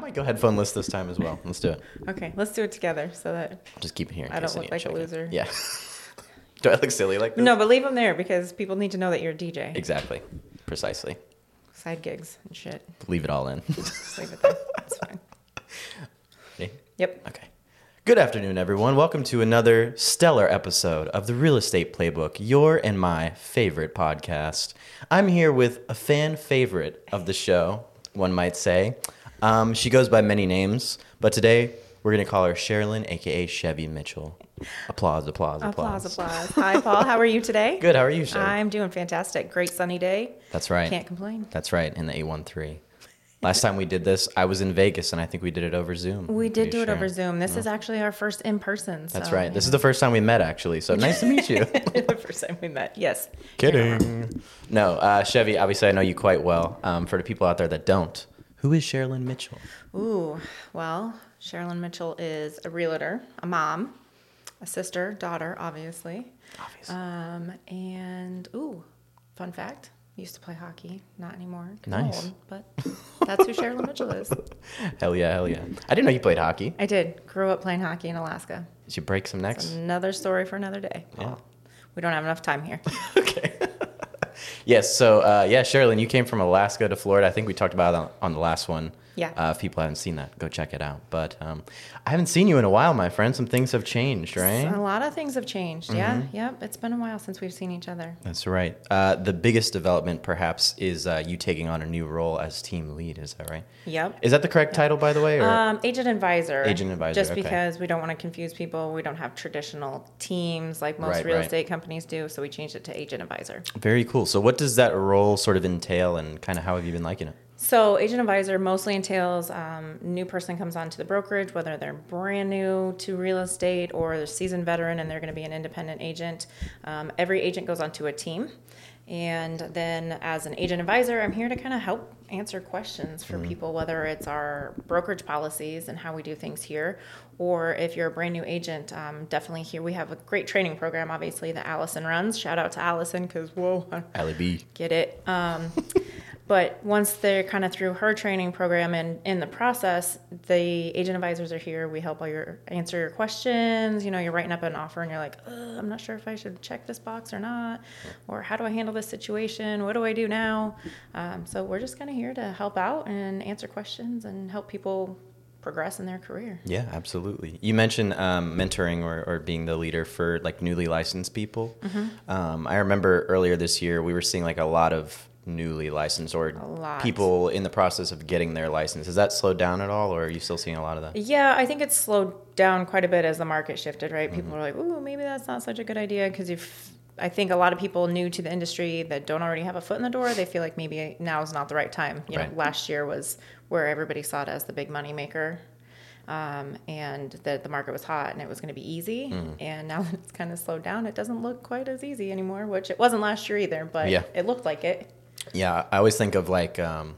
might go headphone list this time as well. Let's do it. Okay, let's do it together so that Just keep it here. in I don't case look need to like a check it. loser. Yeah. do I look silly like this? no, but leave them there because people need to know that you're a DJ. Exactly. Precisely. Side gigs and shit. Leave it all in. Just leave it there. It's fine. Ready? Yep. Okay. Good afternoon, everyone. Welcome to another stellar episode of the Real Estate Playbook, your and my favorite podcast. I'm here with a fan favorite of the show, one might say. Um, she goes by many names, but today we're going to call her Sherilyn, aka Chevy Mitchell. Applause, applause, applause. Applause, applause. Hi, Paul. How are you today? Good. How are you, Shay? I'm doing fantastic. Great sunny day. That's right. Can't complain. That's right. In the A13. Last time we did this, I was in Vegas, and I think we did it over Zoom. We I'm did pretty do it sure. over Zoom. This is actually our first in person. So, That's right. This is the first time we met, actually. So nice to meet you. the first time we met. Yes. Kidding. No, uh, Chevy, obviously, I know you quite well. Um, for the people out there that don't, who is Sherilyn Mitchell? Ooh, well, Sherilyn Mitchell is a realtor, a mom, a sister, daughter, obviously. Obviously. Um, and ooh, fun fact: used to play hockey, not anymore. 'cause I'm Nice. old, but that's who Sherilyn Mitchell is. hell yeah, hell yeah. I didn't know you played hockey. I did grew up playing hockey in Alaska. Did you break some necks? Another story for another day. Well, we don't have enough time here. okay. yes. So uh, yeah, Sherilyn, you came from Alaska to Florida. I think we talked about it on, on the last one. Yeah. Uh, if people haven't seen that, go check it out. But um, I haven't seen you in a while, my friend. Some things have changed, right? Mm-hmm. A lot of things have changed. Yeah, yep. It's been a while since we've seen each other. That's right. Uh, the biggest development, perhaps, is uh, you taking on a new role as team lead. Is that right? Yep. Is that the correct title, by the way? Or? Um, agent advisor. Agent advisor, Just okay. because we don't want to confuse people, we don't have traditional teams like most Right, real right. estate companies do, so we changed it to agent advisor. Very cool. So, what does that role sort of entail, and kind of how have you been liking it? So, agent advisor mostly entails um, new person comes onto the brokerage, whether they're brand new to real estate or they're seasoned veteran and they're going to be an independent agent. Um, every agent goes onto a team, and then as an agent advisor, I'm here to kind of help answer questions for people, whether it's our brokerage policies and how we do things here, or if you're a brand new agent, um, definitely here. We have a great training program, obviously that Allison runs. Shout out to Allison because whoa, Allie B. get it. Um, but once they're kind of through her training program and in the process, the agent advisors are here. We help all your answer your questions. You know, you're writing up an offer and you're like, "Ugh, I'm not sure if I should check this box or not, or how do I handle this situation? What do I do now? Um, so we're just kind of here to help out and answer questions and help people progress in their career. Yeah, absolutely. You mentioned um, mentoring or, or being the leader for like newly licensed people. Um, I remember earlier this year we were seeing like a lot of newly licensed or lot. people in the process of getting their license. Has that slowed down at all, or are you still seeing a lot of that? Yeah, I think it's slowed down quite a bit as the market shifted, right? Mm-hmm. People were like, "Ooh, maybe that's not such a good idea," because if I think a lot of people new to the industry that don't already have a foot in the door, they feel like maybe now is not the right time. You Right. know, last year was where everybody saw it as the big money maker, um, and that the market was hot and it was going to be easy. Mm. And now that it's kind of slowed down, it doesn't look quite as easy anymore, which it wasn't last year either, but Yeah. it looked like it. Yeah, I always think of like um,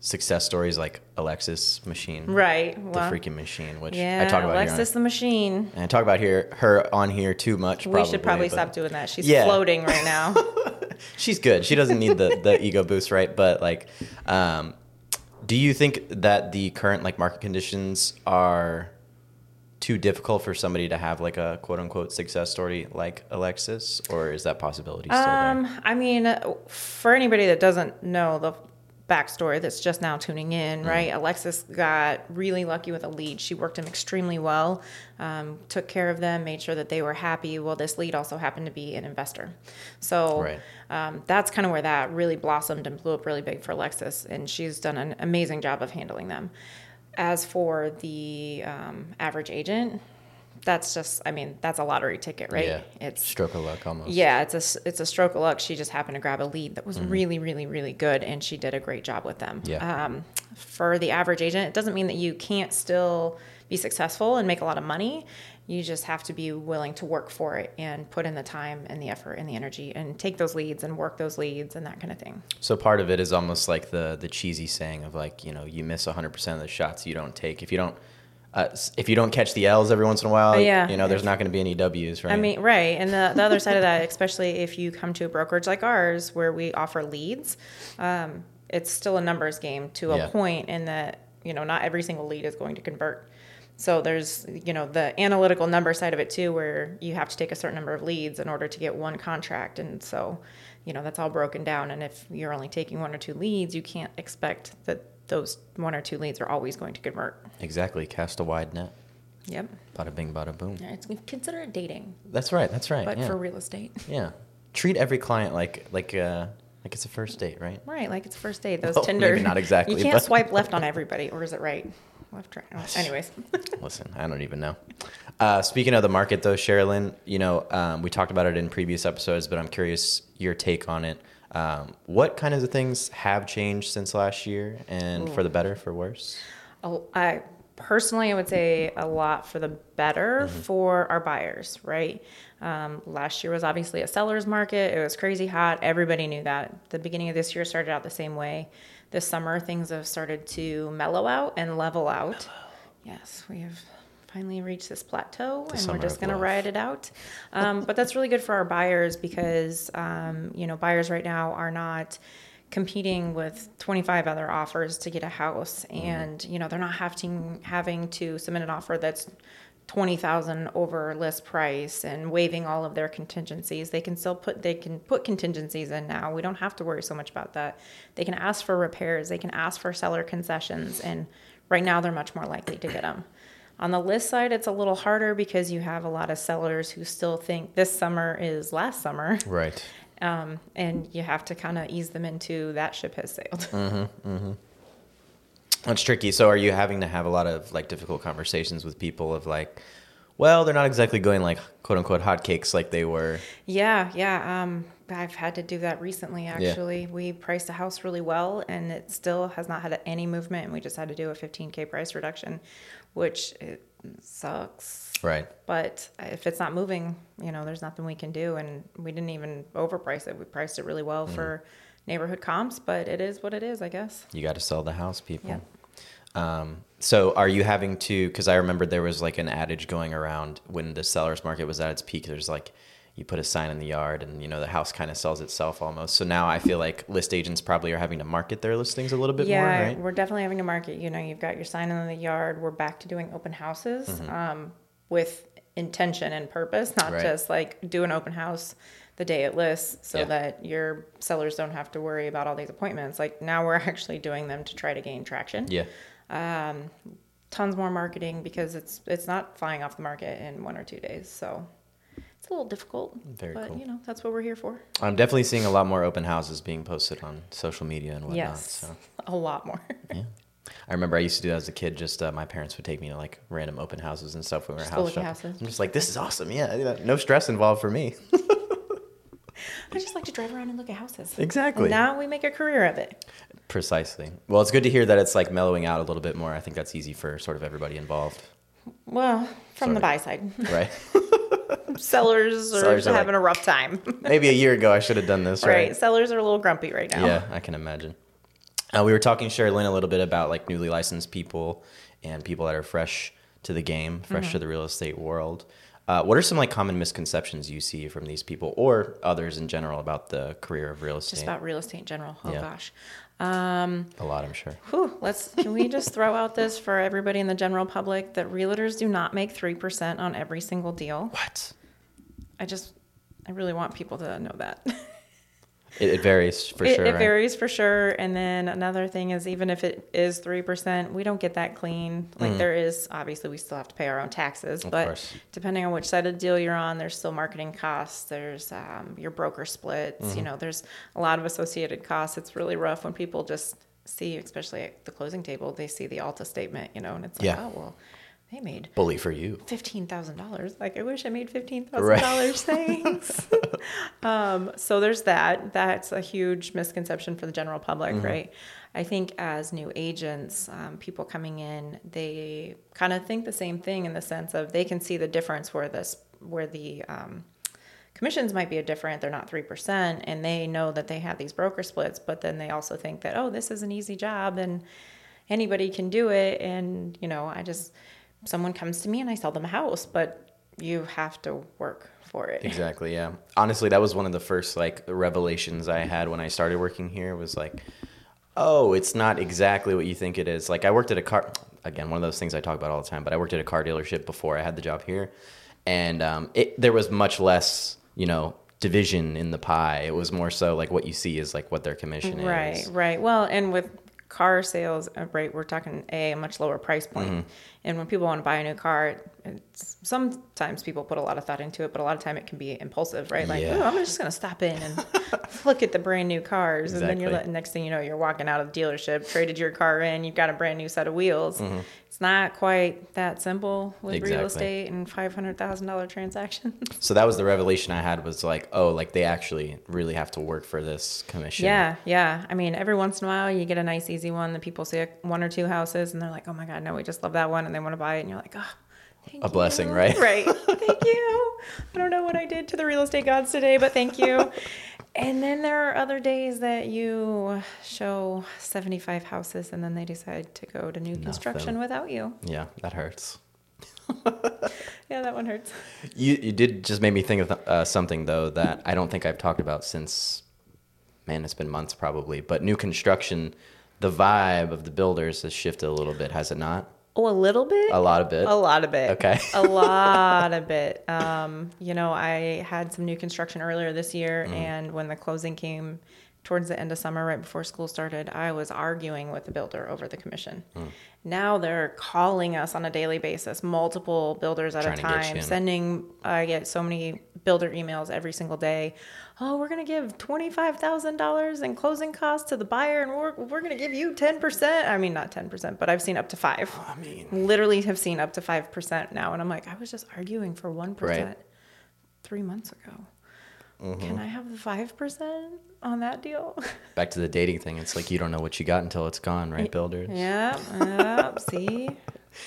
success stories like Alexis Machine, Right. the Well, freaking machine, which yeah, I talk about here. Alexis on- the machine. and I talk about here her on here too much. Probably, we should probably but- stop doing that. She's Yeah. floating right now. she's good. She doesn't need the, the ego boost, right? But like, um, do you think that the current like market conditions are too difficult for somebody to have like a quote unquote success story like Alexis, or is that possibility still there? Um, I mean, uh, for anybody that doesn't know the backstory that's just now tuning Mm. in, right? Alexis got really lucky with a lead. She worked them extremely well, um, took care of them, made sure that they were happy. Well, this lead also happened to be an investor. So Right. um, that's kind of where that really blossomed and blew up really big for Alexis. And she's done an amazing job of handling them. As for the um, average agent, that's just, I mean, that's a lottery ticket, right? Yeah, It's stroke of luck almost. Mm-hmm. yeah, it's a s- it's a stroke of luck. She just happened to grab a lead that was really, really, really good, and she did a great job with them. Yeah. Um, for the average agent, it doesn't mean that you can't still be successful and make a lot of money. You just have to be willing to work for it and put in the time and the effort and the energy and take those leads and work those leads and that kind of thing. So part of it is almost like the the cheesy saying of like you know you miss 100 percent of the shots you don't take if you don't. Uh, s- if you don't catch the L's every once in a while, Oh, Yeah. you know there's not going to be any W's, right? I mean, right. And the, the other side of that, especially if you come to a brokerage like ours where we offer leads, um, it's still a numbers game to a Yeah. point in that you know, not every single lead is going to convert. So there's, you know, the analytical number side of it too, where you have to take a certain number of leads in order to get one contract. And so, you know, that's all broken down. And if you're only taking one or two leads, you can't expect that those one or two leads are always going to convert. Exactly. Cast a wide net. Yep. Bada bing, bada boom. It's consider it dating, That's right. That's right. but yeah. for real estate. yeah. Treat every client like like uh like it's a first date, right? Right, like it's first date. Those Well, Tinder. maybe not exactly, You can't but- swipe left on everybody, or is it right? Left, right. oh, Anyways. Listen, I don't even know. Uh, speaking of the market, though, Sherilyn, you know, um, we talked about it in previous episodes, but I'm curious your take on it. Um, what kind of things have changed since last year, and for the better, for worse? a- I personally, I would say a lot for the better Mm-hmm. for our buyers, right? Um, last year was obviously a seller's market. It was crazy hot. Everybody knew that. The beginning of this year started out the same way. This summer, things have started to mellow out and level out. Yes, we have finally reached this plateau and summer we're just of going to love. ride it out. Um, but that's really good for our buyers because, um, you know, buyers right now are not competing with 25 other offers to get a house. And, you know, they're not having, having to submit an offer that's 20,000 over list price and waiving all of their contingencies. They can still put they can put contingencies in now. We don't have to worry so much about that. They can ask for repairs, they can ask for seller concessions and right now they're much more likely to get them. On the list side, it's a little harder because you have a lot of sellers who still think this summer is last summer Right. um, and you have to kind of ease them into that ship has sailed. That's tricky. So, are you having to have a lot of like difficult conversations with people of like, well, they're not exactly going like quote unquote hotcakes like they were. Yeah, yeah. Um, I've had to do that recently. Actually, we priced a house really well, and it still has not had any movement. And we just had to do a 15k price reduction, which it sucks. Right. But if it's not moving, you know, there's nothing we can do. And we didn't even overprice it. We priced it really well Mm-hmm. for neighborhood comps, but it is what it is, I guess. You got to sell the house, people. Yeah. Um, so are you having to? Because I remember there was like an adage going around when the seller's market was at its peak. There's like you put a sign in the yard, and you know the house kind of sells itself almost. So now I feel like list agents probably are having to market their listings a little bit yeah, more, right? we're definitely having to market. You know, you've got your sign in the yard. We're back to doing open houses um, with intention and purpose, not Mm-hmm. Right. just like do an open house the day it lists so Yeah. that your sellers don't have to worry about all these appointments. Like now we're actually doing them to try to gain traction. Yeah, Tons more marketing because it's it's not flying off the market in one or two days. So it's a little difficult. Very but cool. you know, that's what we're here for. I'm definitely seeing a lot more open houses being posted on social media and whatnot. yes. So A lot more. yeah. I remember I used to do that as a kid. Just uh, my parents would take me to like random open houses and stuff when we were Just to house look at shopping. houses. I'm just like, this is awesome. Yeah, yeah, no stress involved for me. I just like to drive around and look at houses. Exactly. And now we make a career of it. Precisely. Well, it's good to hear that it's like mellowing out a little bit more. I think that's easy for sort of everybody involved, Well, from the Sorry. buy side, right? sellers are Sellers are having a rough time, Maybe a year ago I should have done this, right? right? Sellers are a little grumpy right now. Yeah, I can imagine. Uh, we were talking Sherilyn a little bit about like newly licensed people and people that are fresh to the game, fresh Mm-hmm. to the real estate world. Uh, what are some like common misconceptions you see from these people or others in general about the career of real Just estate? about real estate in general. Oh Yeah. gosh. a lot, I'm sure. Whew, let's can we just throw out this for everybody in the general public that realtors do not make three percent on every single deal. What? I just I really want people to know that. It, it varies for it, sure. it right? varies for sure. And then another thing is even if it is three percent, we don't get that clean. Like there is obviously we still have to pay our own taxes, but Mm. course. depending on which side of the deal you're on, there's still marketing costs. There's um, your broker splits. Mm-hmm. You know, there's a lot of associated costs. It's really rough when people just see, especially at the closing table, they see the Alta statement. You know, and it's like, Yeah. oh well, they made Bully for you. fifteen thousand dollars. Like I wish I made fifteen thousand Right. dollars. Thanks. um, so there's that. That's a huge misconception for the general public, right? I think as new agents, um, people coming in, they kind of think the same thing in the sense of they can see the difference where this where the um, commissions might be a different they're not 3% and they know that they have these broker splits but then they also think that oh this is an easy job and anybody can do it and you know i just someone comes to me and i sell them a house but you have to work for it Exactly. Yeah. Honestly, that was one of the first like revelations I had when I started working here. Was like, oh, it's not exactly what you think it is. Like I worked at a car again, one of those things I talk about all the time. But I worked at a car dealership before I had the job here, and um, it, there was much less, you know, division in the pie. It was more so like what you see is like what their commission Right, is. right. Well, and with car sales, uh, right, we're talking a much lower price point. Mm-hmm. And when people want to buy a new car, it- it's, sometimes people put a lot of thought into it, but a lot of time it can be impulsive, right? Like, Yeah. oh, I'm just going to stop in and look at the brand new cars. And then you're Exactly. let- next thing you know, you're walking out of the dealership, traded your car in, you've got a brand new set of wheels. It's not quite that simple with real Mm-hmm. Exactly. estate and $500,000 transactions. So that was the revelation I had was like, oh, like they actually really have to work for this commission. Yeah, yeah. I mean, every once in a while you get a nice, easy one. The people see a, one or two houses and they're like, oh my God, no, we just love that one. And they want to buy it. And you're like, oh, thank A blessing, you." right? Right. thank you. I don't know what I did to the real estate gods today, but thank you. and then there are other days that you show 75 houses and then they decide to go to new construction without you. Yeah, that hurts. Yeah, that one hurts. You you did just make me think of uh, something though that I don't think I've talked about since, man, it's been months probably. But new construction, the vibe of the builders has shifted a little bit, has it not? Oh, a little bit? A lot of bit. A lot of it. Okay. a lot of it. Um, you know, I had some new construction earlier this year, Mm. and when the closing came towards the end of summer, right before school started, I was arguing with the builder over the commission. Mm. Now they're calling us on a daily basis, multiple builders at Trying a to get you time, in. sending. I get so many builder emails every single day. Oh, we're gonna give twenty five thousand dollars in closing costs to the buyer, and we're we're gonna give you ten percent. I mean, not ten percent, but I've seen up to five I mean, literally have seen up to 5% now. And I'm like, I was just arguing for 1% Right. Mm-hmm. three months ago. Can I have the 5% on that deal? back to the dating thing. It's like you don't know what you got until it's gone, right, builders? yeah, yeah. See?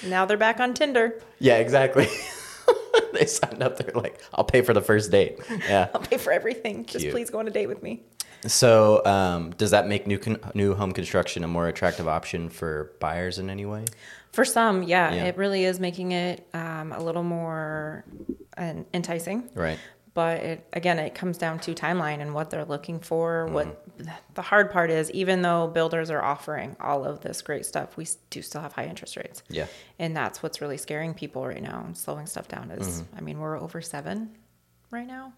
Now they're back on Tinder. Yeah, exactly. they signed up. They're like, I'll pay for the first date. Yeah. I'll pay for everything. Just Cute. please go on a date with me. So, um, does that make new con- new home construction a more attractive option for buyers in any way? For some, yeah, Yeah. it really is making it um, a little more uh, enticing. Right. but it, again it comes down to timeline and what they're looking for what the hard part is even though builders are offering all of this great stuff we s- do still have high interest rates Yeah. and that's what's really scaring people right now and slowing stuff down is i mean we're over seven right now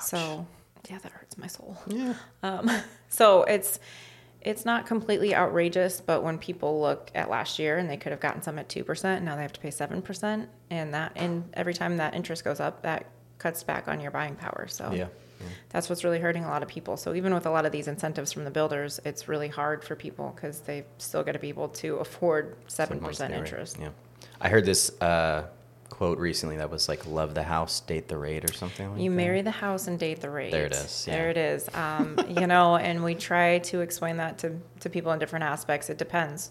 so yeah that hurts my soul Yeah. so it's it's not completely outrageous, but when people look at last year and they could have gotten some at two percent, now they have to pay seven percent, and that and every time that interest goes up, that cuts back on your buying power. So Yeah. that's what's really hurting a lot of people. So even with a lot of these incentives from the builders, it's really hard for people because they still got to be able to afford seven Once percent they were- interest. Yeah. I heard this uh, quote recently that was like, "Love the house, date the rate," or something like You that. marry the house and date the rate. There it is, There yeah. it is. Um, you know, and we try to explain that to, to people in different aspects. It depends.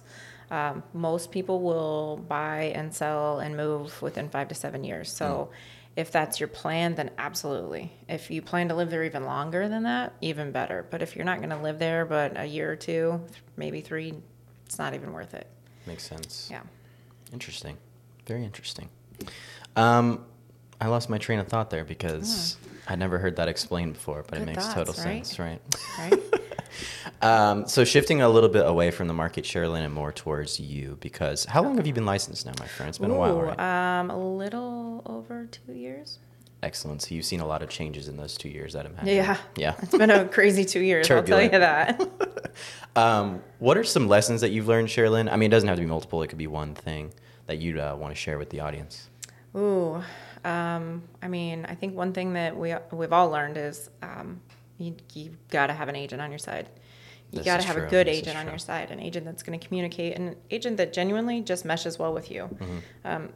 Um, most people will buy and sell and move within five to seven years. So Hmm. if that's your plan, then absolutely. If you plan to live there even longer than that, even better. But if you're not going to live there but a year or two, maybe three, it's not even worth it. Makes sense. Yeah. Interesting. Very interesting. Um, I lost my train of thought there because I never heard that explained before, but it Ah. Good makes thoughts, total right? sense, right? Right? Um, so shifting a little bit away from the market, Sherilyn, and more towards you, because how long have you been licensed now, my friend? It's been a while, Ooh, right? um, a little over two years. Excellent. So you've seen a lot of changes in those two years, I'd imagine. Yeah. Yeah. It's been a crazy two years, I'll Turbulent. tell you that. Um, what are some lessons that you've learned, Sherilyn? I mean, it doesn't have to be multiple. It could be one thing that you'd uh, want to share with the audience. Ooh, um, I mean, I think one thing that we we've all learned is um, you you got to have an agent on your side. You This got to is have a true. good This is agent on true. your side, an agent that's going to communicate, an agent that genuinely just meshes well with you. Mm-hmm. Um,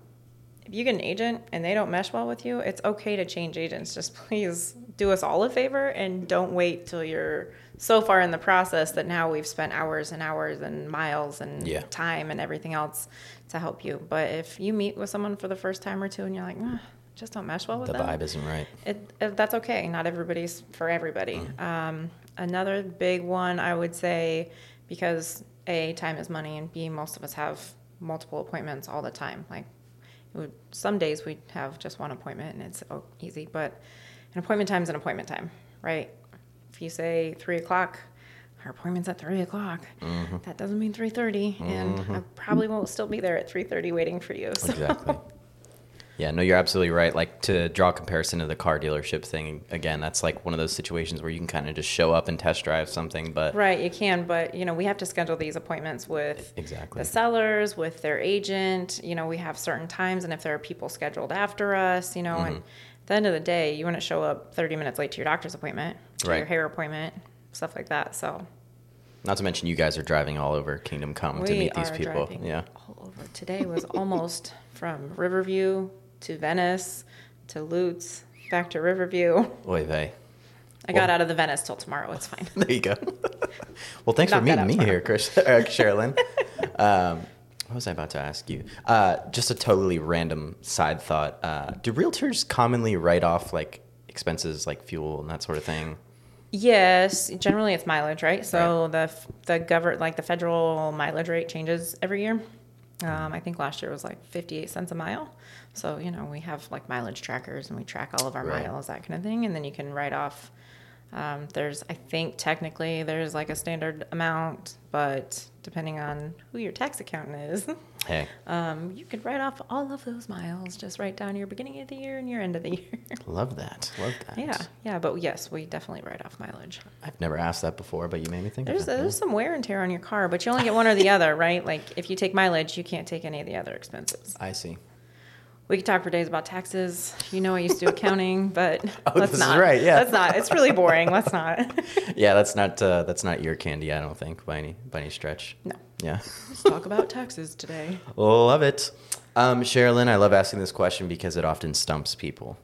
if you get an agent and they don't mesh well with you, it's okay to change agents. Just please do us all a favor and don't wait till you're so far in the process that now we've spent hours and hours and miles and Yeah. time and everything else to help you. But if you meet with someone for the first time or two and you're like, "Ugh, just don't mesh well with The them, vibe isn't right. it, it, that's okay. Not everybody's for everybody. Um, another big one, I would say, because A, time is money, and B, most of us have multiple appointments all the time. Like, it would, some days we have just one appointment and it's oh, easy, but an appointment time's an appointment time, right? If you say three o'clock, our appointment's at three o'clock. That doesn't mean three and I probably won't still be there at three thirty waiting for you. So Exactly. Yeah, no, you're absolutely right. Like to draw a comparison to the car dealership thing again, that's like one of those situations where you can kind of just show up and test drive something, but right, you can, but you know we have to schedule these appointments with exactly. the sellers with their agent you know we have certain times and if there are people scheduled after us you know Mm-hmm. and at the end of the day you wouldn't show up 30 minutes late to your doctor's appointment to your Right. hair appointment stuff like that so Not to mention you guys are driving all over Kingdom Come to we meet these are people. driving Yeah. all over today was almost from riverview to venice to lutz back to riverview Oy vey. i got out of the venice till tomorrow it's fine There you go. well, thanks for Knock that meeting me out. here, Chris, uh, Sherilyn. um, what was I about to ask you? Uh, just a totally random side thought. Uh, do realtors commonly write off like expenses like fuel and that sort of thing? Yes, generally it's mileage, right? So the f- the govern like the federal mileage rate changes every year. Um, I think last year was like fifty eight cents a mile. So you know we have like mileage trackers and we track all of our Right. miles, that kind of thing, and then you can write off. Um, there's I think technically there's like a standard amount, but depending on who your tax accountant is, Hey, um, you could write off all of those miles. Just write down your beginning of the year and your end of the year. love that. Love that. yeah, yeah, but yes, we definitely write off mileage. I've never asked that before, but you made me think There's of it. there's some wear and tear on your car, but you only get one or the other, right? Like if you take mileage, you can't take any of the other expenses. I see. We could talk for days about taxes. You know, I used to do accounting, but Oh, let's this is not. right, yeah. let's not. It's really boring. Let's not. Yeah, that's not uh, that's not your candy, I don't think, by any by any stretch. No. Yeah. let's talk about taxes today. love it. Um, Sherilyn, I love asking this question because it often stumps people.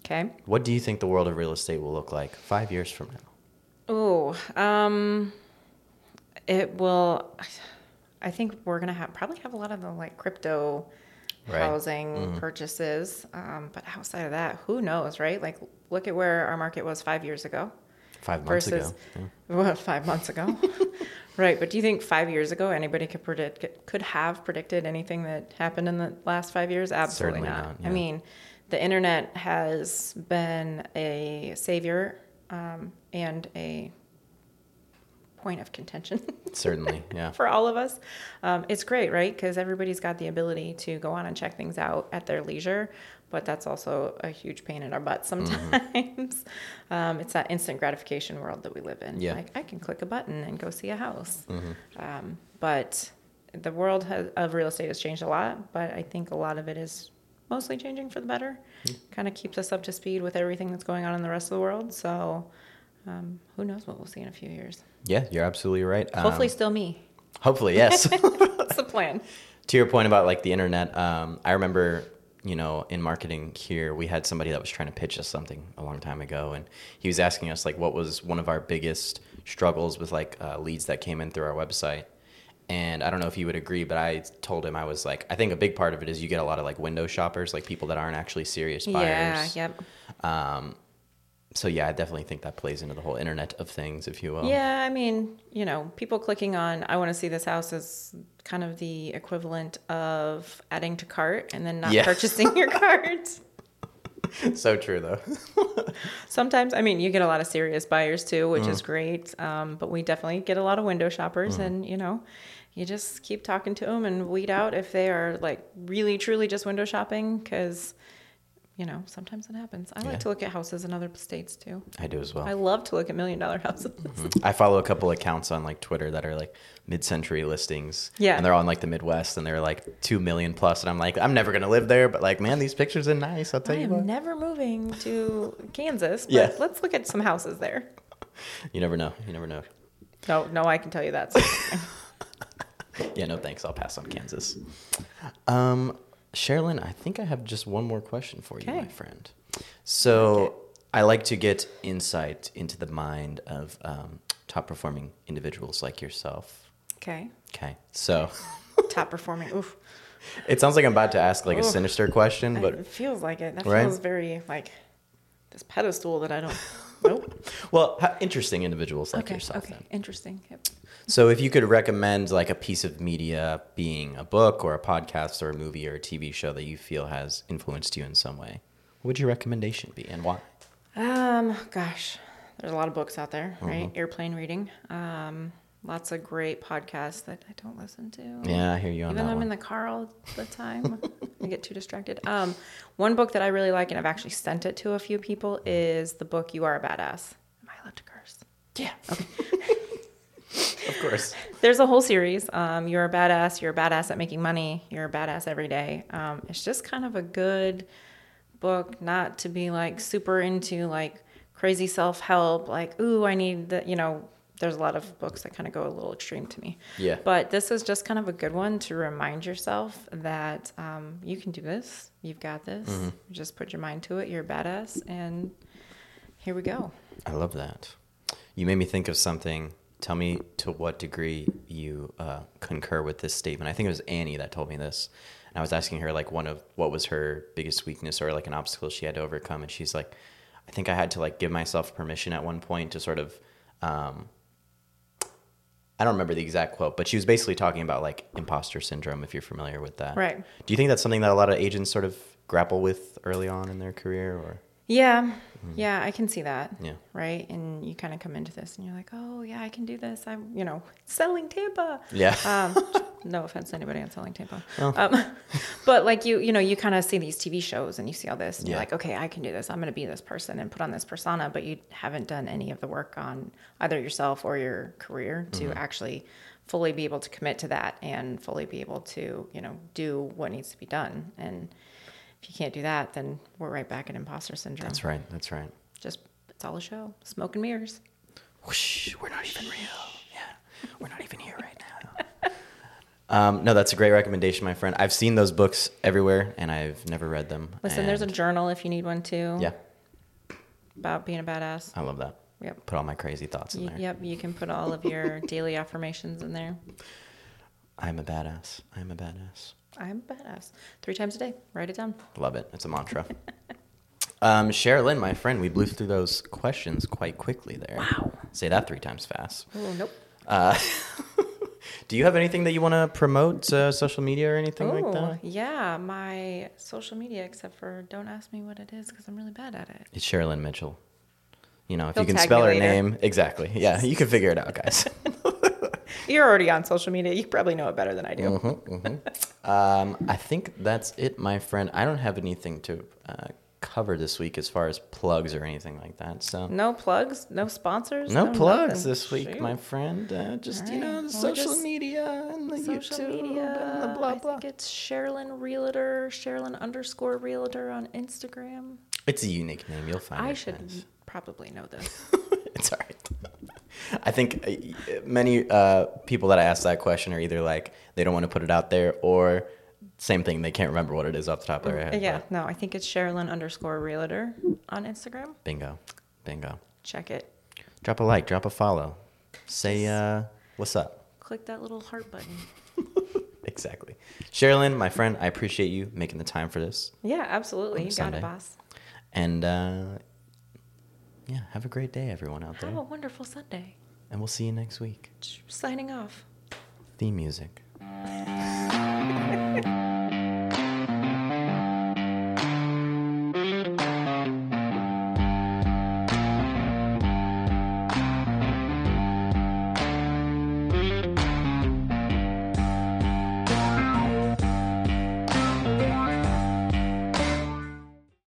Okay. What do you think the world of real estate will look like five years from now? Ooh, um, it will. I think we're gonna have probably have a lot of the like crypto Right. Mm-hmm. housing purchases, um, but outside of that, who knows, right? Like, look at where our market was five years ago. Five months versus ago. Yeah. well, five months ago, right? But do you think five years ago anybody could predict could have predicted anything that happened in the last five years? Absolutely Certainly not. not, I yeah. mean, the internet has been a savior um, and a point of contention Certainly, yeah. for all of us. Um, it's great, right? Because everybody's got the ability to go on and check things out at their leisure, but that's also a huge pain in our butt Mm-hmm. sometimes. um, it's that instant gratification world that we live in. Yeah. Mm-hmm. Like, I can click a button and go see a house. Um, but the world has, of real estate has changed a lot, but I think a lot of it is mostly changing for the better. Mm-hmm. Kind of keeps us up to speed with everything that's going on in the rest of the world. So, um, who knows what we'll see in a few years? Yeah, you're absolutely right. Um, Hopefully, still me. hopefully, yes. That's the plan. to your point about like the internet, um, I remember, you know, in marketing here, we had somebody that was trying to pitch us something a long time ago, and he was asking us like what was one of our biggest struggles with like uh, leads that came in through our website. And I don't know if you would agree, but I told him I was like, I think a big part of it is you get a lot of like window shoppers, like people that aren't actually serious buyers. Yeah, yep. So yeah, I definitely think that plays into the whole internet of things, if you will. Yeah, I mean, you know, people clicking on I want to see this house is kind of the equivalent of adding to cart and then not Yeah. purchasing your cart. so true though. Sometimes, I mean, you get a lot of serious buyers too, which Mm. is great. Um, but we definitely get a lot of window shoppers, and you know, you just keep talking to them and weed out if they are like really, truly just window shopping because, you know, sometimes it happens. I Yeah. like to look at houses in other states too. I do as well. Mm-hmm. I love to look at million dollar houses. I follow a couple accounts on like Twitter that are like mid-century listings. Yeah. And they're on like the Midwest and they're like 2 million plus and I'm like I'm never going to live there but like man these pictures are nice. I'll I tell you what. am never moving to Kansas, but Yeah. let's look at some houses there. you never know. You never know. No, no, I can tell you that. Yeah, no thanks. I'll pass on Kansas. Um Sherilyn, I think I have just one more question for you, my Okay. friend. So I like to get insight into the mind of um, top performing individuals like yourself. okay. Okay. So Top performing. Oof. It sounds like I'm about to ask like a Oof. sinister question, but it feels like it. That Right? feels very like this pedestal that I don't. Nope. well, h- interesting individuals like yourself. Then. Interesting. Yep. So, if you could recommend like a piece of media, being a book or a podcast or a movie or a TV show that you feel has influenced you in some way, what would your recommendation be and why? Um, gosh, There's a lot of books out there, right? Airplane reading. Um, lots of great podcasts that I don't listen to. Yeah, I hear you on Mm. Even that though I'm one. in the car all the time, I get too distracted. Um, one book that I really like, and I've actually sent it to a few people, is the book "You Are a Badass." Am I allowed to curse? yeah. of course. There's a whole series. Um, you're a badass. You're a badass at making money. You're a badass every day. Um, it's just kind of a good book, not to be like super into like crazy self help. Like, ooh, I need the, you know. There's a lot of books that kind of go a little extreme to me. Yeah. But this is just kind of a good one to remind yourself that um, you can do this. You've got this. Just put your mind to it. You're a badass, and here we go. I love that. You made me think of something. Tell me to what degree you uh, concur with this statement. I think it was Annie that told me this. And I was asking her like one of what was her biggest weakness or like an obstacle she had to overcome, and she's like, I think I had to like give myself permission at one point to sort of. Um, I don't remember the exact quote, but she was basically talking about like imposter syndrome, if you're familiar with that. Right. Do you think that's something that a lot of agents sort of grapple with early on in their career or? Yeah. Yeah, I can see that. Yeah. Right? And you kind of come into this and you're like, "Oh, yeah, I can do this. I'm, you know, selling Tampa." Yeah. Um, no offense to anybody on selling Tampa. Um, but like you, you know, you kind of see these TV shows and you see all this and Yeah. you're like, "Okay, I can do this. I'm going to be this person and put on this persona," but you haven't done any of the work on either yourself or your career to actually fully be able to commit to that and fully be able to, you know, do what needs to be done. And if you can't do that, then we're right back at imposter syndrome that's right. That's right. just it's all a show smoke and mirrors Whoosh, we're not even real. Yeah, we're not even here right now. um, no, that's a great recommendation, my friend. I've seen those books everywhere, and I've never read them. listen there's a And- journal if you need one too yeah. about being a badass I love that. Yep. Put all my crazy thoughts in Y- there. yep you can put all of your daily affirmations in there I'm a badass. I'm a badass. i'm a badass three times a day write it down Love it. It's a mantra. um, Sherilyn, my friend, we blew through those questions quite quickly there. Wow. Say that three times fast. oh nope Do you have anything that you want to promote, uh, social media or anything like oh that? yeah my social media except for don't ask me what it is because i'm really bad at it It's Sherilyn Mitchell. You know, if He'll you can tag me spell her later. name, exactly. Yeah, you can figure it out, guys. you're already on social media you probably know it better than i do Mm. Mm-hmm, um, I think that's it, my friend. I don't have anything to uh, cover this week as far as plugs or anything like that. So no, no plugs no sponsors plugs nothing. this week, Shoot. my friend. Uh, just you All know, right. the Well, social just- media and the social YouTube media. and the blah I blah. think it's Sherilyn Realtor, Sherilyn underscore Realtor on Instagram. It's a unique name. You'll find. I it, should guys. probably know this. it's all right. I think uh, many uh, people that I ask that question are either like they don't want to put it out there, or same thing they can't remember what it is off the top of their head. Mm, yeah, but no, I think it's Sherilyn underscore Realtor on Instagram. Bingo, bingo. Check it. Drop a like. Drop a follow. Say uh, what's up. Click that little heart button. Exactly. Sherilyn, my friend, I appreciate you making the time for this, Yeah, absolutely. You got Sunday. it, boss. and uh, yeah, have a great day, everyone out Have a there, wonderful Sunday. and we'll see you next week. Signing off. Theme music.